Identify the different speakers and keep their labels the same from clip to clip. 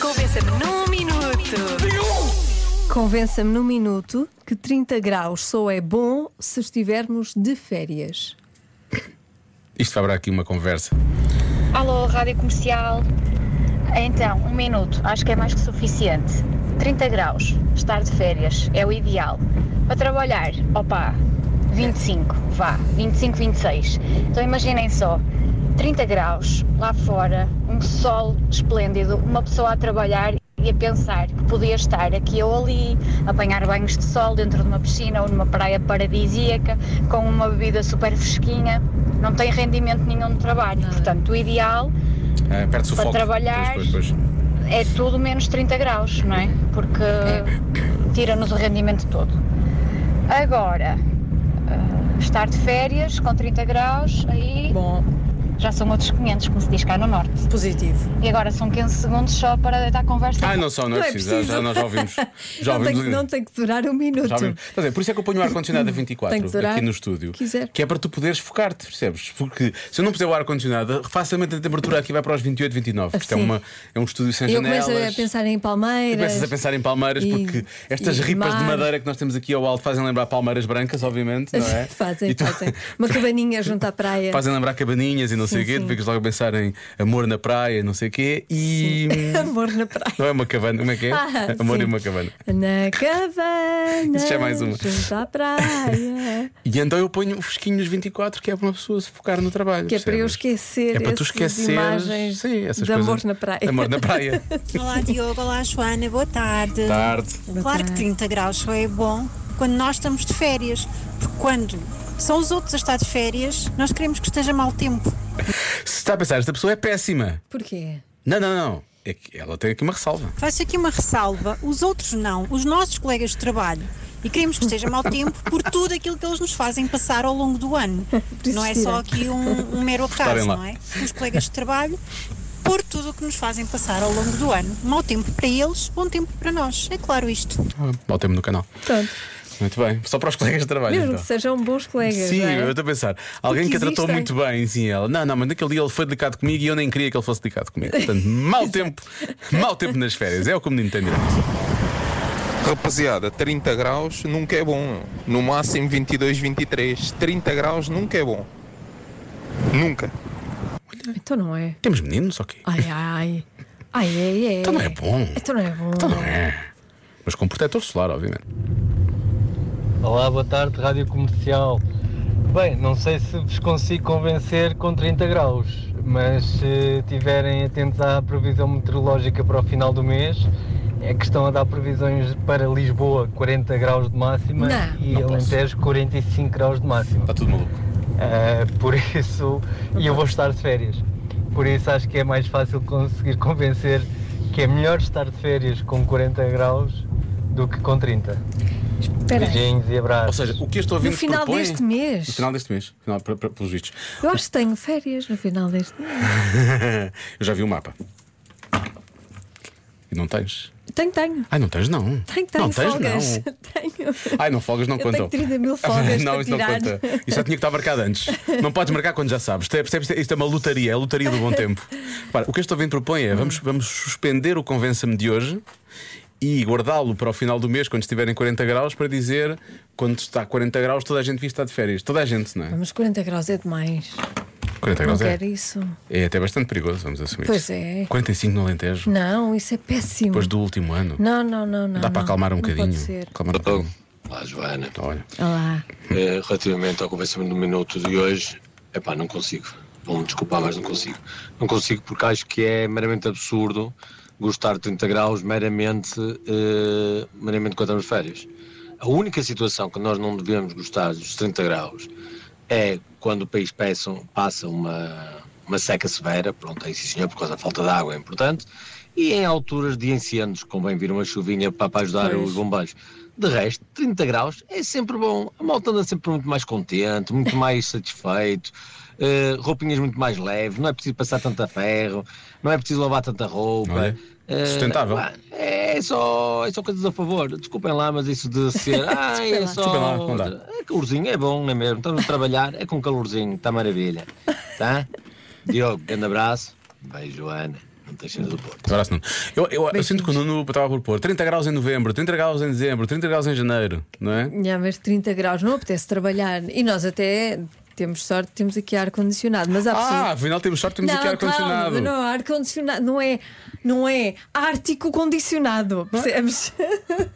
Speaker 1: Convença-me num minuto.
Speaker 2: Convença-me num minuto que 30 graus só é bom se estivermos de férias.
Speaker 3: Isto vai abrir aqui uma conversa.
Speaker 4: Alô, Rádio Comercial. Então, um minuto, acho que é mais que suficiente. 30 graus, estar de férias é o ideal. Para trabalhar, opa, 25, vá, 25, 26. Então imaginem só, 30 graus, lá fora, um sol esplêndido, uma pessoa a trabalhar e a pensar que podia estar aqui ou ali, apanhar banhos de sol dentro de uma piscina ou numa praia paradisíaca, com uma bebida super fresquinha, não tem rendimento nenhum no trabalho. Portanto, o ideal
Speaker 3: Ah, Perde-se o
Speaker 4: Para
Speaker 3: foco.
Speaker 4: trabalhar.
Speaker 3: Pois, pois, pois.
Speaker 4: é tudo menos 30 graus, não é? Porque tira-nos o rendimento todo. Agora, ah, estar de férias com 30 graus, aí
Speaker 1: Bom,
Speaker 4: já são outros 500, como se diz cá no Norte.
Speaker 1: positivo.
Speaker 4: E agora são 15 segundos só para deitar a conversa.
Speaker 3: Ah, não são, não,
Speaker 2: Não é
Speaker 3: preciso.
Speaker 2: preciso.
Speaker 3: Já, já nós já ouvimos. Já
Speaker 2: não, tem,
Speaker 3: ouvimos.
Speaker 2: que- não tem que durar um minuto.
Speaker 3: Já ouvimos. Estás a ver, por isso é que eu ponho o ar-condicionado a
Speaker 2: Tem que
Speaker 3: 24
Speaker 2: durar
Speaker 3: aqui no estúdio.
Speaker 2: quiser.
Speaker 3: Que é para tu poderes focar-te, percebes? Porque se eu não puser o ar-condicionado, facilmente a temperatura aqui vai para os 28, 29. Porque
Speaker 2: Assim.
Speaker 3: é, uma, é um estúdio sem
Speaker 2: E eu
Speaker 3: janelas.
Speaker 2: começo a pensar em
Speaker 3: E
Speaker 2: palmeiras.
Speaker 3: Começas a pensar em palmeiras
Speaker 2: E-
Speaker 3: porque estas
Speaker 2: e
Speaker 3: ripas de
Speaker 2: mar.
Speaker 3: madeira que nós temos aqui ao alto fazem lembrar palmeiras brancas, obviamente, não é?
Speaker 2: fazem,
Speaker 3: E tu-
Speaker 2: fazem. Uma cabaninha junto à praia.
Speaker 3: Fazem lembrar cabaninhas e não sei o
Speaker 2: Sim,
Speaker 3: quê, tu
Speaker 2: sim.
Speaker 3: ficas logo a pensar em amor na praia, não sei o quê, e.
Speaker 2: Amor na praia.
Speaker 3: Não é uma cabana, como é que é?
Speaker 2: Ah,
Speaker 3: amor
Speaker 2: sim.
Speaker 3: e uma cabana.
Speaker 2: Na cabana.
Speaker 3: Isso já é mais uma.
Speaker 2: Junto à praia.
Speaker 3: E então eu ponho o fresquinho nos 24, que é para uma pessoa se focar no trabalho.
Speaker 2: Que é para eu
Speaker 3: percebes?
Speaker 2: esquecer
Speaker 3: É para tu
Speaker 2: essas
Speaker 3: esquecer
Speaker 2: imagens
Speaker 3: sim, essas
Speaker 2: de amor
Speaker 3: coisas.
Speaker 2: na praia.
Speaker 3: De Amor na praia.
Speaker 5: Olá Diogo, olá Joana, boa tarde.
Speaker 3: Tarde.
Speaker 5: Claro que 30 graus só é bom quando nós estamos de férias, porque quando são os outros a estar de férias, nós queremos que esteja mau tempo.
Speaker 3: Se está a pensar, esta pessoa é péssima.
Speaker 2: Porquê?
Speaker 3: Não, não, não. É que ela tem aqui uma ressalva.
Speaker 5: Faço aqui uma ressalva: os outros não, os nossos colegas de trabalho. E queremos que esteja mau tempo por tudo aquilo que eles nos fazem passar ao longo do ano. Não é só aqui um, um mero
Speaker 3: Reparem
Speaker 5: acaso,
Speaker 3: lá.
Speaker 5: não é? Os colegas de trabalho, por tudo o que nos fazem passar ao longo do ano. Mau tempo para eles, bom tempo para nós. É claro isto.
Speaker 3: Ah, Mau tempo no canal.
Speaker 2: Pronto.
Speaker 3: Muito bem. Só para os colegas de trabalho.
Speaker 2: Mesmo
Speaker 3: então.
Speaker 2: que sejam bons colegas.
Speaker 3: Sim,
Speaker 2: não é?
Speaker 3: eu estou a pensar. Alguém
Speaker 2: Porque
Speaker 3: que a tratou
Speaker 2: existem.
Speaker 3: muito bem, sim, ela. Não, não, mas naquele dia ele foi delicado comigo e eu nem queria que ele fosse delicado comigo. Portanto, mau tempo, mau tempo nas férias. É o que o menino tem direito.
Speaker 6: Rapaziada, 30 graus nunca é bom. No máximo 22, 23. 30 graus nunca é bom. Nunca.
Speaker 2: Então não é.
Speaker 3: Temos meninos, ok.
Speaker 2: Ai, ai. Ai, ai, ai.
Speaker 3: Então não é bom.
Speaker 2: Então não é bom.
Speaker 3: Então não é. Mas com protetor solar, obviamente.
Speaker 7: Olá, boa tarde, Rádio Comercial. Bem, não sei se vos consigo convencer com 30 graus, mas se estiverem atentos à previsão meteorológica para o final do mês, é que estão a dar previsões para Lisboa 40 graus de máxima
Speaker 2: Não.
Speaker 7: e
Speaker 3: Não posso.
Speaker 7: Alentejo 45 graus de máxima.
Speaker 3: Está Tá tudo maluco.
Speaker 7: Ah, por isso, e eu vou estar de férias. Por isso acho que é mais fácil conseguir convencer que é melhor estar de férias com 40 graus do que com 30.
Speaker 2: Espera aí.
Speaker 7: Beijinhos e abraços.
Speaker 3: Ou seja, o que este ouvinte
Speaker 2: No final
Speaker 3: propõe-
Speaker 2: deste mês.
Speaker 3: No final deste mês, final, para, para, pelos vistos.
Speaker 2: Eu acho que tenho férias no final deste mês.
Speaker 3: Eu já vi o mapa. E não tens?
Speaker 2: Tenho, tenho.
Speaker 3: Ai, não tens, não.
Speaker 2: Tenho,
Speaker 3: não
Speaker 2: tenho
Speaker 3: tens,
Speaker 2: folgas.
Speaker 3: não.
Speaker 2: Tenho.
Speaker 3: Ai, não folgas não
Speaker 2: Eu
Speaker 3: contam.
Speaker 2: tenho 30 mil folgas
Speaker 3: não,
Speaker 2: para
Speaker 3: isso não
Speaker 2: tirar.
Speaker 3: conta. Isso já tinha que estar marcado antes. Não podes marcar quando já sabes. Isto é, percebes? Isto é uma lotaria, é a lotaria do bom tempo. Repara, o que este ouvinte propõe é: vamos, vamos suspender o convença-me de hoje e guardá-lo para o final do mês, quando estiverem 40 graus, para dizer quando está 40 graus, toda a gente devia estar de férias. Toda a gente, não é?
Speaker 2: Mas 40 graus é demais.
Speaker 3: 40
Speaker 2: Não
Speaker 3: graus é.
Speaker 2: quero isso.
Speaker 3: É até bastante perigoso, vamos assumir.
Speaker 2: Pois
Speaker 3: isso.
Speaker 2: é.
Speaker 3: 45 no Alentejo,
Speaker 2: Não, isso é péssimo.
Speaker 3: depois do último ano.
Speaker 2: Não, não, não, não.
Speaker 3: Dá para
Speaker 2: não.
Speaker 3: acalmar um
Speaker 2: Não
Speaker 3: bocadinho.
Speaker 2: Pode ser.
Speaker 3: Acalmar um
Speaker 8: Então,
Speaker 3: bocadinho.
Speaker 8: Olá, Joana.
Speaker 3: Olha.
Speaker 2: Olá.
Speaker 8: Eh, né? relativamente ao convencimento do minuto de hoje, epá, não consigo. Vão-me desculpar, mas não consigo. Não consigo porque acho que é meramente absurdo gostar de 30 graus meramente, eh, meramente quando estamos de férias. A única situação que nós não devemos gostar dos 30 graus é quando o país peça, passa uma, uma seca severa, pronto, aí sim senhor, por causa da falta de água é importante, e em alturas de incêndios, convém vir uma chuvinha para, para ajudar os bombeiros. De resto, 30 graus é sempre bom, a malta anda sempre muito mais contente, muito mais satisfeito, eh, roupinhas muito mais leves, não é preciso passar tanta ferro, não é preciso lavar tanta roupa.
Speaker 3: Olha,
Speaker 8: Eh,
Speaker 3: sustentável.
Speaker 8: pá, É só, é só coisas a favor. Desculpem lá, mas isso de ser. Ai, é só.
Speaker 3: Desculpem lá, não dá.
Speaker 8: É calorzinho, é bom, não é mesmo? Estamos a trabalhar, é Tá? com calorzinho, está maravilha. Tá? Diogo, grande abraço. Beijo, Ana. Não Teixeira do Porto.
Speaker 3: Abraço, Nuno. Eu, eu, eu sinto que o Nuno estava a propor 30 graus em novembro, 30 graus em dezembro, 30 graus em janeiro, não é?
Speaker 2: Nhá, mas 30 graus não apetece trabalhar. E nós até temos sorte, temos aqui ar-condicionado. Mas há
Speaker 3: Ah,
Speaker 2: pessoas.
Speaker 3: afinal temos sorte, temos
Speaker 2: Não,
Speaker 3: aqui ar-condicionado.
Speaker 2: calma, não, ar-condicionado não é, não é ártico condicionado, percebes?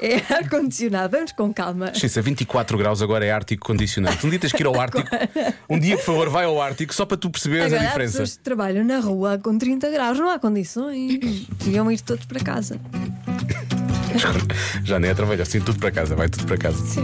Speaker 2: é ar-condicionado, vamos com calma.
Speaker 3: Sim, se é 24 graus agora é Ártico condicionado. Um dia tens que ir ao Ártico. Um dia, por favor, vai ao Ártico só para tu perceberes
Speaker 2: Agora
Speaker 3: a
Speaker 2: há
Speaker 3: diferença.
Speaker 2: pessoas que trabalham na rua com 30 graus, não há condições. Deviam ir todos para casa.
Speaker 3: Já nem é trabalhar, sim, tudo assim para casa, vai tudo para casa.
Speaker 2: Sim.